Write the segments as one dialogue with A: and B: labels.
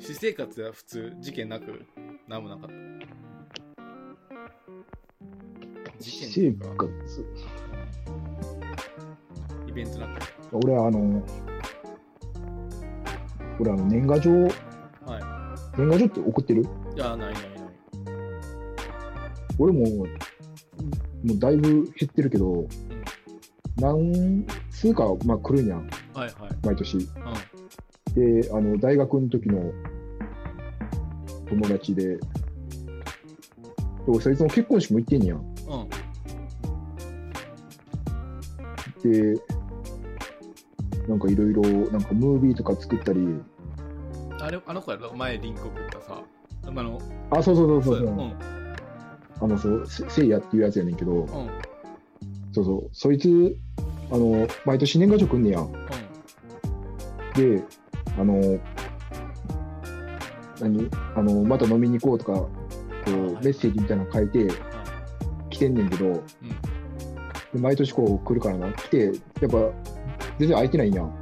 A: 私生活は普通事件なく何もなかった事件ってい
B: 生
A: うか
B: 活。
A: イベントなく
B: 俺はあの、俺あの年賀状、
A: は
B: 年賀状って送ってる
A: いいやないないない
B: 俺も、もうだいぶ減ってるけど、何通か、まあ、来るんやん、
A: はいはい
B: 毎年。で、あの、大学の時の友達で、で俺そいつの結婚式も行ってんねやん。
A: うんうん
B: で、なんかいろいろ、なんかムービーとか作ったり、
A: あれあの子やろ前リンク送ったさあの
B: あ、そうそうそうそう、
A: やろうん
B: あの、そう、せせいやっていうやつやねんけど、
A: うんうん
B: そうそう、そいつ、あの、毎年年賀状来んねやん。で、あの、何あの、また飲みに行こうとか、こう、
A: はい
B: メッセージみたいなの書いて来てんねんけど、
A: うん
B: で毎年こう来るからな、来て、やっぱ、全然空いてないんやん。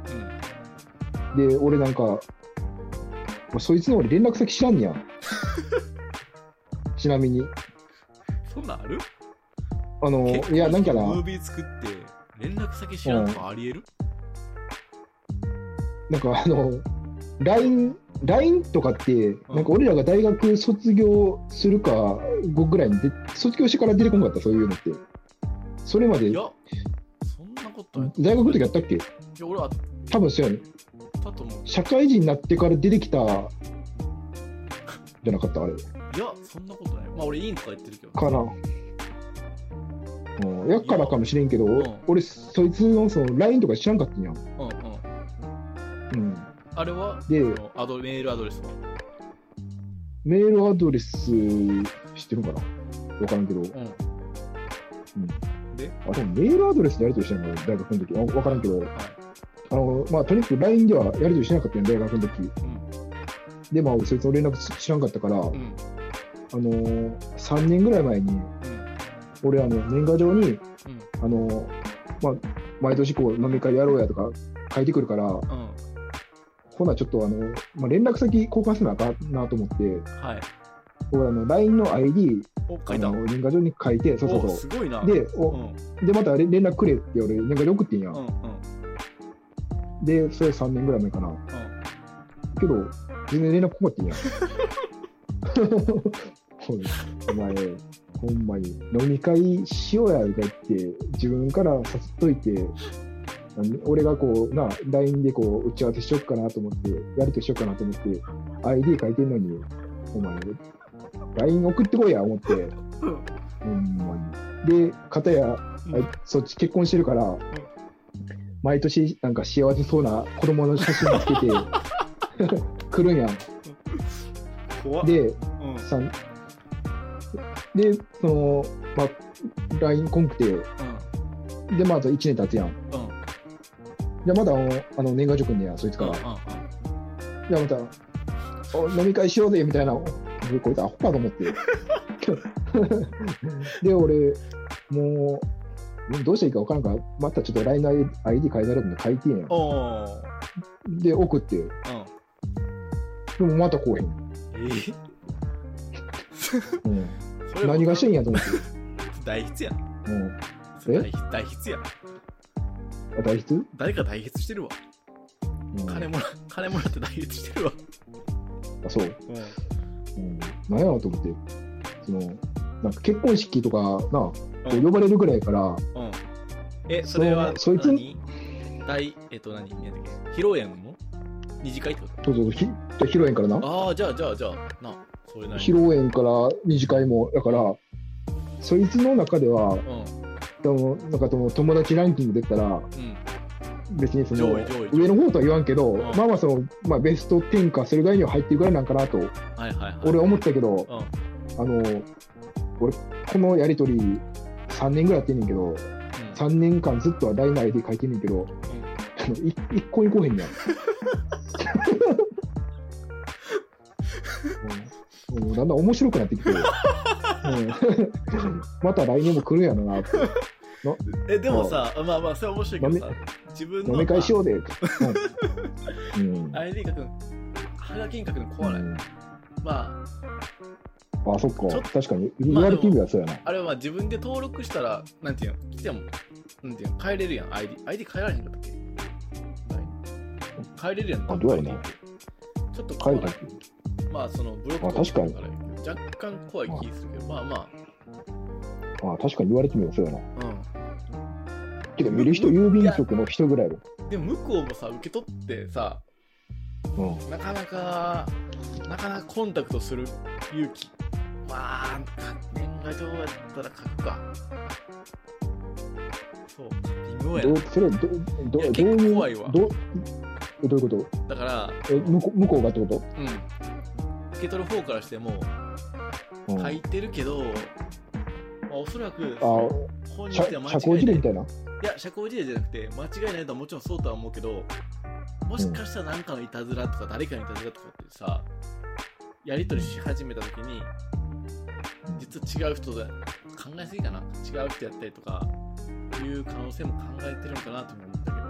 A: うん
B: で、俺なんか、そいつの俺連絡先知らんね やん。ちなみに。
A: そんなんある
B: あの、いや、なんかな、
A: ムービー作って連絡先知らんとかありえる
B: なんかあの、LINE、LINE とかって、なんか俺らが大学卒業するか後ぐらいにで、卒業してから出てこなかった、そういうのって。それまで
A: い、やそんなことない
B: 大学の時やったっけ
A: いや俺あっ
B: 多分そうやね
A: たと思う
B: 社会人になってから出てきた、じゃなかった、あれ。
A: いやそんなことないまあ俺委員とか言ってるけど
B: かな。うん、やっからかもしれんけど、
A: うん
B: 俺、そいつのその LINE とか知らんかったんやん。
A: うんうん
B: うん。
A: あれは
B: で、
A: あのアドメールアドレスは
B: メールアドレス知ってるかなわからんけど。
A: う
B: うん
A: で
B: あでもメールアドレスでやり取りしてんの大学の時あわからんけど、
A: んはい
B: あのまあ、とにかく LINE ではやり取りしてなかったよ、大学の時
A: うん
B: で、まあ、そいつの連絡知らんかったから、
A: うんうん
B: あのー、3年ぐらい前に、俺、あの年賀状に、
A: うん
B: あのーまあ、毎年こう飲み会やろうやとか書いてくるから、
A: うん
B: ほな、ちょっと、あのまあ、連絡先交換せなあかんなと思って、
A: はい
B: 俺あの LINE の ID、
A: お書
B: あ
A: いた
B: の年賀状に書いて、そうそう
A: お
B: そ
A: すごいな
B: う。で、
A: う
B: お
A: ん
B: でまた連連絡くれって俺、年賀状送ってんや、
A: うんうん
B: で、それ3年ぐらい前かな。
A: うん
B: けど、全然連絡来なかったんや。ほい お前、ほんまに、飲み会しようやとか言って、自分から誘っといて、なん俺がこう、な、LINE でこう、打ち合わせしよっかなと思って、やりとりしよっかなと思って、ID 書いてんのに、お前、LINE 送ってこいや、思って、ほんまに。で、片や、あいそっち結婚してるから、毎年なんか幸せそうな子供の写真つけて来るんやん。
A: 怖っ
B: で、
A: うん
B: さんで、その、まあ、LINE コンクて、
A: う
B: で、まず1年経つやん。
A: んうん
B: で、まだあの、あの年賀状くんねや、そいつか
A: うん
B: ら。
A: うん
B: で、また、お飲み会しようぜ、みたいな。俺こいつアホかと 思って。 で、俺、もう、どうしていいか分からんから、またちょっと LINE の ID 変えたろうと思って書いてんやん。
A: おー
B: で、送って、で
A: うん
B: もまた来おへん。
A: えー
B: うん
A: それは
B: 何がしてんやと思っ
A: 大筆やん
B: て。うん
A: それ大筆大筆やん
B: あ代筆、うん
A: 誰か大筆してるわ金もら 金もらって大筆してるわ
B: あそう、
A: うん
B: うん、何やろうと思ってそのなんか結婚式とかな、
A: うん
B: 呼ばれるぐらいやから
A: うんえそれは
B: そそいつ
A: 何大えっと何何だっけ披露宴も二次会ってこ
B: そうそうひ披露宴からな
A: とああじゃあじゃあじゃあなそれなり
B: 披露宴から二次会もだからそいつの中では
A: うん
B: でもなんかその友達ランキングで言ったら
A: うん
B: 別にその
A: 上位上位
B: 上の方とは言わんけど、
A: うん
B: まあまあその、まあ、ベスト10かそれぐらいには入ってるぐらいなんかなと
A: はいはいはい
B: 俺は思ったけど、
A: うん
B: あの俺このやり取り3年ぐらいやってんねんけど
A: うん
B: 3年間ずっとは LINE の ID 書いてんねんけど、あのい一向に来おへんねや。 うんもうだんだん面白くなってきて、うん また来年も来るんや ろなって
A: えでもさまあまあそれは 面白いけどさ自分の
B: 飲み会しようでって、うんうん
A: まあ ID がくんハガキに書くの怖ない。
B: うん
A: まあ、
B: あ、そっか
A: ちょっ。
B: 確かに。言
A: まあ
B: わ
A: で
B: れ
A: も
B: てみればそうやな。
A: あれはまあ自分で登録したら、なんていうの、来ても、なんていうの、変えれるやん、ID。ID 変えられへんかったっけ変えれるやん、
B: あどうやろうな
A: ちょっと
B: 書
A: 怖
B: い
A: い
B: た。
A: まあ、そのブロック
B: まあ確かに
A: とから若干怖い気するけど、まあま
B: あ、確かに言われてみればそうやな。
A: あ、
B: てか、見る人、郵便局の人ぐらいだ。
A: うん。でも、向こうもさ、受け取ってさ、
B: うん。
A: なかなか、なかなかコンタクトする勇気。まあ、か年賀状やったら書くか。そう、微妙や
B: どう
A: な。
B: それどうど
A: いうや
B: どう
A: 結
B: い
A: 構
B: う
A: 怖いわ
B: どうえどういうこと
A: だから、
B: え向こう向こうがってこ
A: うん。受け取る方からしても、
B: と、うん
A: 書いてるけど、まあ、おそらく、
B: あ
A: 本人は間違
B: 社
A: いない
B: 社交辞令みたいない
A: や、社交辞令じゃなくて、間違いないとはもちろんそうとは思うけど、もしかしたら何かのいたずらとか、誰かのいたずらとかってさ、やり取りし始めたときに、実は違う人だ、考えすぎかな、違う人やったりとか、いう可能性も考えてるんかなとも思ったけど、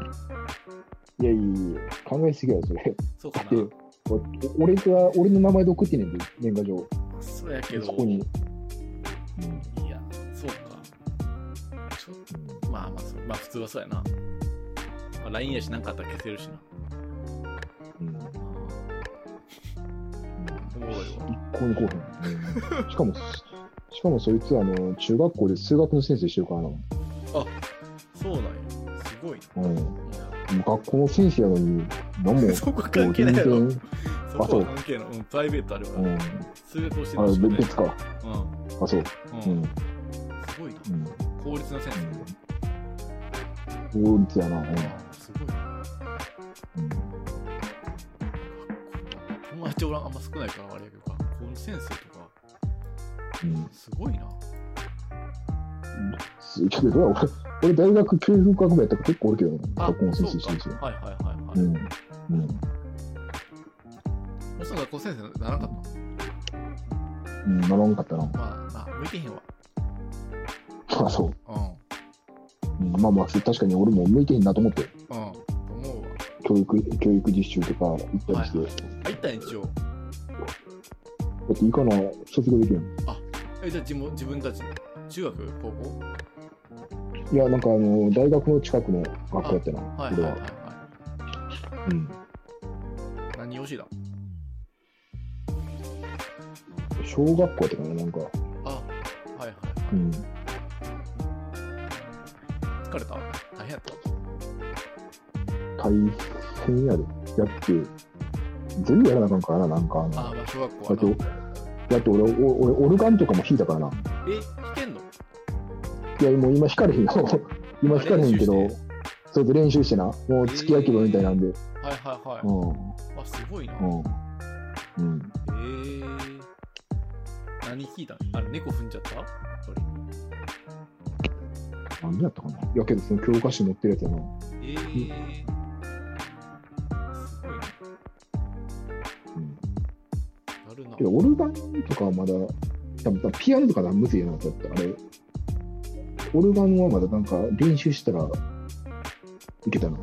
B: いやいやいや考えすぎやろそれ
A: そうか
B: だ
A: な
B: って。お俺が俺の名前で送ってんねんで年賀状
A: まあそうやけど、
B: そこに、
A: い
B: うん
A: や、そうか。ちょっと、まあまあそう、まあ普通はそうやな。まあ、LINE やし、なんかあったら消せるしな。
B: うんうん
A: おもろいわ。
B: 一向にこうへん、うんしかもしかもそいつあの中学校で数学の先生してるからな、
A: そうなんや。すごい
B: うん、も
A: な。
B: う学校の先生やのに何も
A: そこ関係ないやろ
B: もう全然
A: そこは関係ない。うん、プライベートあるか
B: う
A: ら。
B: ん、
A: 数学をして
B: あ
A: る
B: べ
A: の
B: 別か
A: うん。
B: あそうう
A: うんん。すごいな。
B: うん
A: 効率の先生。
B: うん大津やな、うん
A: あすごいな。
B: うん
A: 友達おらん、あんま少ないからあれやけど、学校の先生とか、
B: うん
A: すごいな。
B: すけど俺俺大学教育学部やったから結構おるけどな
A: あ
B: 学校、の
A: そ
B: 先生して
A: う
B: るし
A: か。はいはいはいうはい。
B: んうん
A: もうその学校先生ならなかっ
B: うんならんかったな
A: た。まあ、な、向いてへんわ。
B: あそう、
A: う
B: うんまあまあ確かに俺も向いてへんなと思って
A: ん。うん。と思うわ。
B: 教育教育実習とか行ったりして、
A: はいあ、行ったん一応。
B: だっていいかな卒業できる
A: え、じゃあ自分自分たち、中学、高校
B: いやなんかあの大学の近くの学校やったな
A: はいはい
B: 俺
A: はい
B: は、
A: は
B: うん、
A: い。何をしだ
B: 小学校やったかななんか、
A: あ、はいはいはい。
B: うん、
A: 疲れた大変やった
B: 大変やでやって全部やらなあかんからななんかあの
A: あーまあ小学校
B: だ
A: は
B: って
A: な。
B: だって俺お俺オルガンとかも弾いたからな
A: え、弾けんの
B: いや、もう今光れへんよ。 今光れへんけ
A: あ
B: ど
A: 練習し、
B: それで練習してな、もう月焼けばみたいなんで、
A: はいはいはい。
B: うん、
A: あ、すごいな。え
B: うん、うん。
A: ー。何聞いたのあれ、猫踏んじゃったやっぱ
B: 何やったかな。いやけど、その教科書に載ってるやつやな。
A: り。えー。すごいな。
B: うん。
A: やるな
B: け。ど、オルガンとかはまだ、多分ピアノとかだむずいよな、だってあれ。オルガンはまだなんか練習したらいけたな。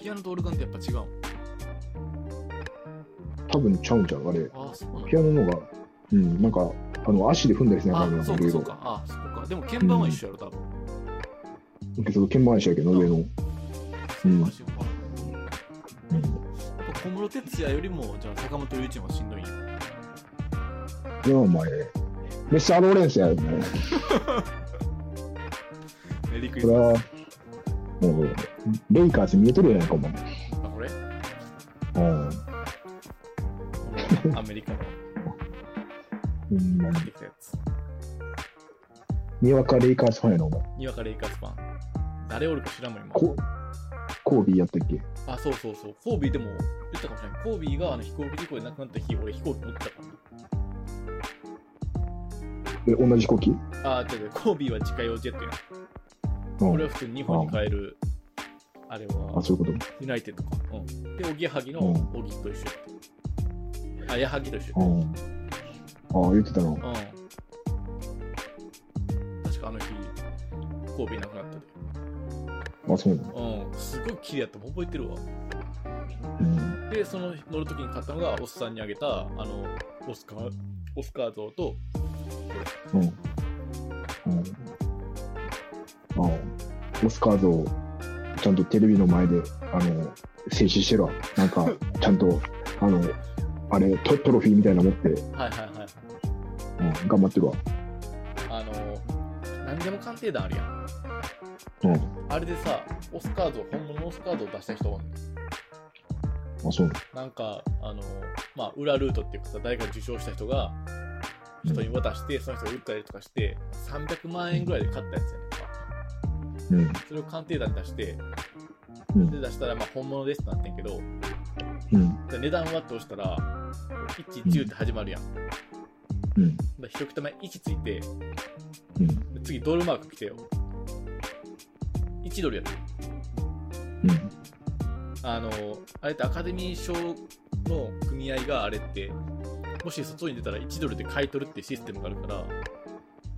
A: ピアノとオルガンってやっぱ違うん。
B: 多分ちゃうんちゃう、あれ。
A: あー、そうなん
B: ピアノの方が、うん、なんか、あの足で踏んだりしながら
A: だ。あ、
B: な
A: そ
B: ん
A: う
B: かい
A: かそ
B: ろいう
A: か。あ、そうか。でも鍵盤は一緒やろ、多分。
B: ろ。けど、鍵盤足やけど、上の。うん
A: そうかそうかやっぱ小室哲哉よりも、じゃあ坂本龍一の方がしんどいんや。
B: うん。お前、メッシャーローレンスやね。
A: メリークリ
B: そ
A: ス
B: れ
A: マ
B: は
A: ス。、
B: もう、レイカーズ見えとるやないか、お前。
A: あ、これ
B: うん。
A: このアメリカの
B: ほんまに
A: 買ってきたやつ。
B: にわかレイカーズファンやな、お前。
A: にわかレイカーズファン。誰おるか知らんもん、今。
B: ココービーやったっけ
A: あ、そうそうそう。コービーでも言ったかもしれない。コービーがあの飛行機事故で亡くなった日、俺飛行機乗ってたか
B: え、同じ飛行機
A: ら。あ、違う違う。コービーは自家用ジェットやん。
B: う
A: 俺
B: ん。
A: は普通に日本に帰る、あれ
B: あ、
A: は、
B: そういうこと。
A: ユナイテッドか。うん。で、おぎやはぎの
B: うん
A: おぎと一緒やった。あ、やはぎと一緒
B: う
A: やっ
B: ん。ああ、言ってたな。
A: た。うん。確かあの日、コービー亡くなったで。
B: あ、そうなの。
A: うん。すごい綺麗やったもん覚えてるわ。
B: うん。
A: で、でその乗る時に買ったのがおっさんにあげたあのオスカーオスカー像と
B: うん。うん。ああ、オスカー像、ちゃんとテレビの前で、あの、静止してるわ。なんか、ちゃんと、あの、あれト、トロフィーみたいなの持って、うん、
A: はいはいはい
B: 頑張ってるわ。
A: あの何でも鑑定団あるやん
B: うん。
A: あれでさオスカー像本物のオスカー像を出した人おんねん
B: あ、そう
A: なんかあのまあ裏ルートっていうかさ誰か受賞した人が人に渡してその人が売ったりとかして300万円ぐらいで買ったやつやねんか
B: うん。うん。
A: それを鑑定団に出して
B: うん
A: で出したらまあ本物ですってなってんけど
B: うん。
A: で値段はって押したら11って始まるやん
B: うん。
A: で一桁目1ついて
B: うん。
A: で次ドルマーク来てよ1ドルやった
B: うん。
A: あのあれってアカデミー賞の組合があれってもし外に出たら1ドルで買い取るっていうシステムがあるから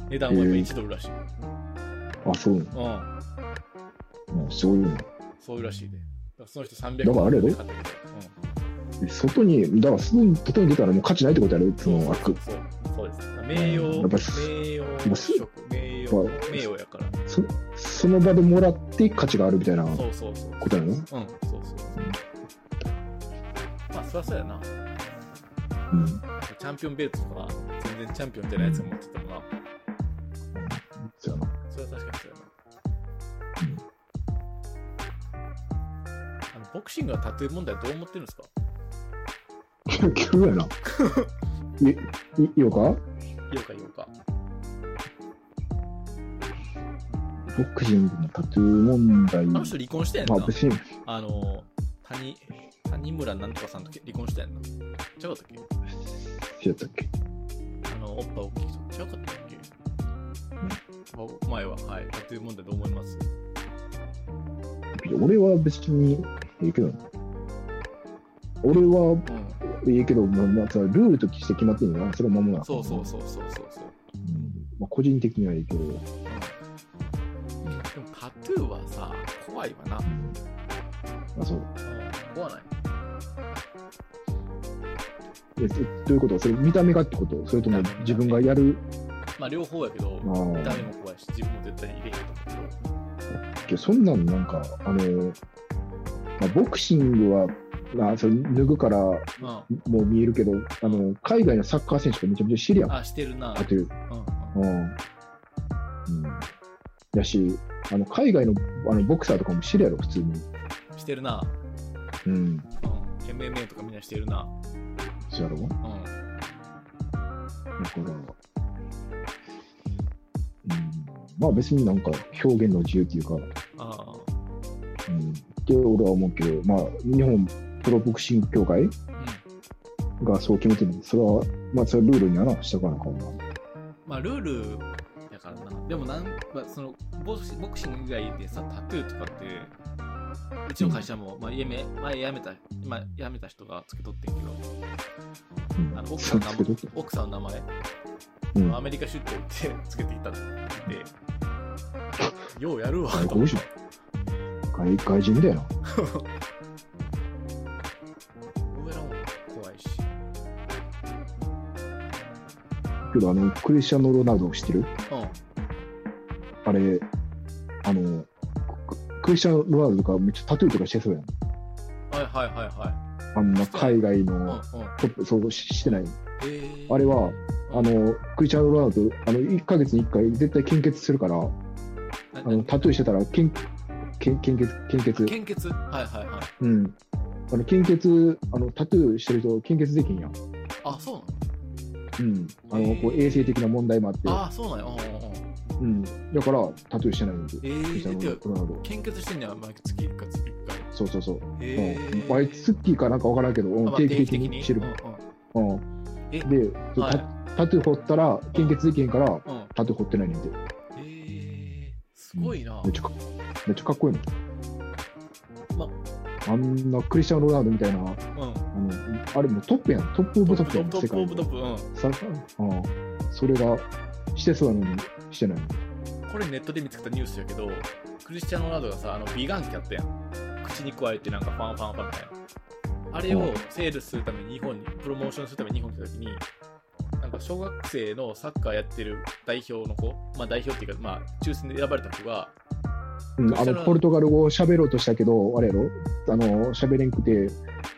A: 値段はやっぱ1ドルらしい、
B: あ、そうな
A: うん
B: の。すごいな。
A: そういうらしいでだからその人300
B: だからあれやろ
A: で買ったけど
B: で外に、だから外に、外に出たらもう価値ないってことやろ、そ
A: うん、
B: の
A: そ
B: 悪
A: う。そうそうです名誉
B: やっぱ
A: 名誉職名誉
B: やっぱ
A: 名誉やから
B: そその場でもらって価値があるみたいなこ
A: そうそうそう
B: とやろ。
A: うん、そうそうそう。まあ、そりゃそうやな。
B: うん。
A: チャンピオンベルトとか、全然チャンピオンじゃないやつが持ってたもんな。
B: そうやな。
A: それは確かにそうやな。あのボクシングはタトゥー問題どう思ってるんですか
B: 急 やな。い、い、いいよか
A: ようかようか。
B: ボクシングのタトゥー問題。
A: あの人離婚してんや
B: ま
A: ん
B: あ、
A: な
B: 別。に、
A: あの、谷、谷村なんとかさんと離婚してんやんな。違うかったっけ
B: そうやったっけ
A: あの、おっぱい大きい人。違うかったっけお前は、はい、タトゥー問題どう思います
B: 俺は別に、ええけどな。俺は、
A: うん。
B: ええけど、まあ、まあ、そのルールとして決まってんのな。それを守らなあかん
A: そうそうそうそうそうそう。
B: うんまあ、個人的にはええけど。うん
A: でもタトゥーはさ、怖いわな。
B: まあ、そう。
A: 怖ない。
B: え、えどういうことそれ見た目がってことそれとも
A: 見た目
B: 自分がやる、
A: まあ両方やけど、
B: あ
A: 見た
B: あ
A: 目も怖いし、自分も絶対に入れへんと思うけど。
B: けどそんなんなんか、あの、まあ、ボクシングは、まあ、それ脱ぐからも
A: ま
B: う見えるけど、あの、海外のサッカー選手がめちゃめちゃシリア
A: あ、あ、してるな。
B: タトゥー。
A: うんうん。
B: うん。うん。やし、あの、海外のあのボクサーとかも知るやろ、普通に。
A: してるな。
B: うん。
A: うん。MMA とかみんなしてるな。
B: そうやろだ
A: うん。
B: から、うん。まあ別になんか表現の自由っていうか、
A: ああ。
B: うん。って俺は思うけど、まあ、日本プロボクシング協会
A: うん。
B: がそう決めてるんで、それは、まあ、それはルールにはな、したからなあかんな。
A: まあルールやからな。でもなん、まあ、そのボクシ、ボクシング以外でさ、タトゥーとかって、うちの会社も、まあ、やめ前辞めた、まあ、辞めた人がつけとってんけど、
B: うん
A: あの奥さ
B: そうん
A: の
B: つ
A: 名
B: けと
A: 前
B: って、
A: 奥さんの名前、
B: うん。
A: アメリカ出張行ってつ けていたって言って、ようやる わ
B: 外
A: と思
B: 国
A: って
B: 人外外人みたいな。
A: 俺らも怖いし。
B: けど、あの、クリスチャン・ロナウド知ってる
A: う
B: あれ、あの、ククリスチャン・ロナウドとかめっちゃタトゥーとかしてそうやん。
A: ん。はいはいはいは
B: あんな海外
A: い。
B: の
A: うんうん。
B: トップ、そうししてない。
A: えー、
B: あれは、あの、クリスチャン・ロナウド、あの、1ヶ月に1回絶対献血するから、あ
A: な、
B: の、タトゥーしてたら、献、献献血、献血。
A: 献血はいはいはい。
B: うん。あの、献血、あの、タトゥーしてる人、献血できんやん。
A: あ、そうなの
B: うん。あ
A: へ
B: の、
A: ー
B: こう、衛生的な問題もあって、
A: あ、そうなのうんうんうん。
B: うん。だから、タトゥーしてないんで、
A: え
B: クリスチャ
A: ー、て
B: ン・
A: か
B: ロナウド。
A: 献血してんねや、毎月1回、月1回。
B: そうそうそう。
A: え
B: うん
A: ー。
B: 毎月かなんかわからんけど、
A: あ
B: うん
A: まあ
B: 定期的にしてる
A: うん。
B: うん、
A: え
B: で、そう
A: はい
B: タタトゥー彫ったら献血できへんから
A: うんうん。
B: タトゥー彫ってないねんて
A: えー、すごいな
B: めっ。ちゃかめっちゃかっこいいの、
A: ま
B: あんなクリスチャン・ロナウドみたいな
A: うん。
B: あのあれもうトップやんトップオブト
A: ト
B: ップや
A: ップ
B: ん
A: トップオブトップ。うん。
B: 世界のさうん、それがしてそうなのにしてないの
A: これネットで見つけたニュースやけどクリスチャン・ロナウドがさあの美顔器あったやん口に加えてなんかファンファンファンみたいなあれをセールするために日本に、プロモーションするために日本に来た時に、なんか小学生のサッカーやってる代表の子、まあ代表っていうか、まあ抽選で選ばれた子が、
B: うん、あのポルトガル語を喋ろうとしたけど、あれやろ、あの喋れんくて、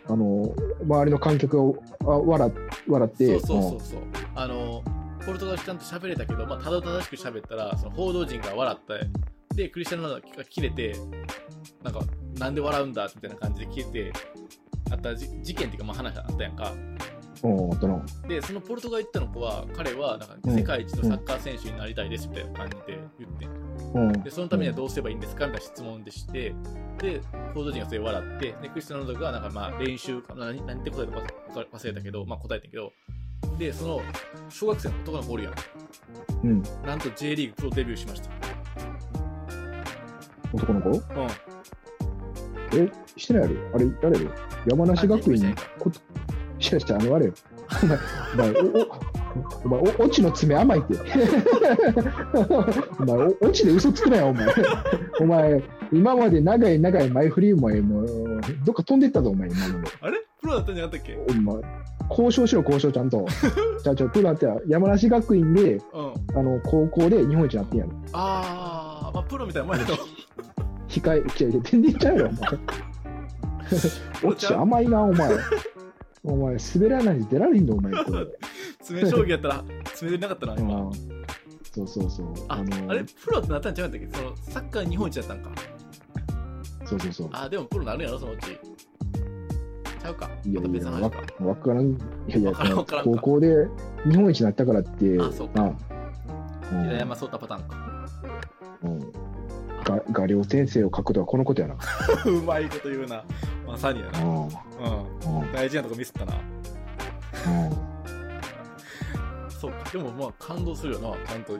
B: あの周りの観客があ笑笑っ
A: そ
B: て、
A: うそうそうそう、あの、ポルトガルちゃんと喋れたけど、まあただただしく喋ったら、その報道陣が笑った。で、クリスチャン・ロナウドが切れて、なんか、なんで笑うんだみたいな感じで切れて、あったじ事件っていうか、まあ話があったやんか。
B: うん、うんあったな。
A: でそのポルトガル行ったの子は彼はなんか
B: うん
A: 世界一のサッカー選手になりたいですみたいな感じで言って
B: うん、
A: でそのためにはどうすればいいんですかみたいな質問でしてで報道陣がそれ笑ってでクリスチャン・ロナウドがなんかまあ練習か何何て答えたかわか忘れたけど、まあ、答えたけどでその小学生の男の子おるやん
B: うん、
A: なんと J リーグプロデビューしました
B: 男の子
A: うん
B: え、してないやろあれ、誰やろ山梨学院
A: あ
B: にこと、しゃしゃ、あの、あれよ。お前、お前、おお前、お、オチの爪甘いって。 お前、お、オチで嘘つくなよ、お前。お前、今まで長い長い前振り、お前、もう、どっか飛んでったぞ、お前、今ので。
A: あれプロだったんじゃなかったっけ
B: お前、交渉しろ、交渉、ちゃん と。じゃあ、ちょ、プロだって、山梨学院で、
A: うん
B: あの、高校で日本一になってんやろ。
A: あー、まあプロみたいなもんや ろ
B: 控え、いやいや、全然ちゃうやろ、お前。オチ甘いな、お前。お前、滑らないで出られんの、お前、これ。
A: 爪将棋やったら爪出なかったな今、
B: ああそうそうそう。
A: あ
B: のー
A: あれプロってなったんちゃうんだっけそのサッカー日本一だったんか
B: そうそうそう。
A: あでもプロなるんやろそのうちちゃうか
B: い
A: ま
B: や
A: た
B: い
A: 別
B: や、
A: の
B: わ
A: 話か
B: わからん。いやいや、
A: わからんわからんか
B: 高校で日本一になったからって、
A: あそうか
B: なあうん
A: 平山聡太パターンか
B: うんが画寮先生を書くとはこのことやな。
A: うまいこと言うなまさにや
B: う
A: な、
B: んうん
A: うん、大事なとこミスったな
B: う
A: そうかでもまあ感動するよなちゃんと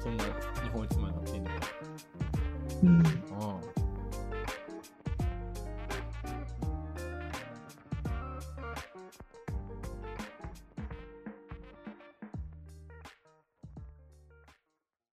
A: そんな日本一もなっていいのか
B: んうん
A: うん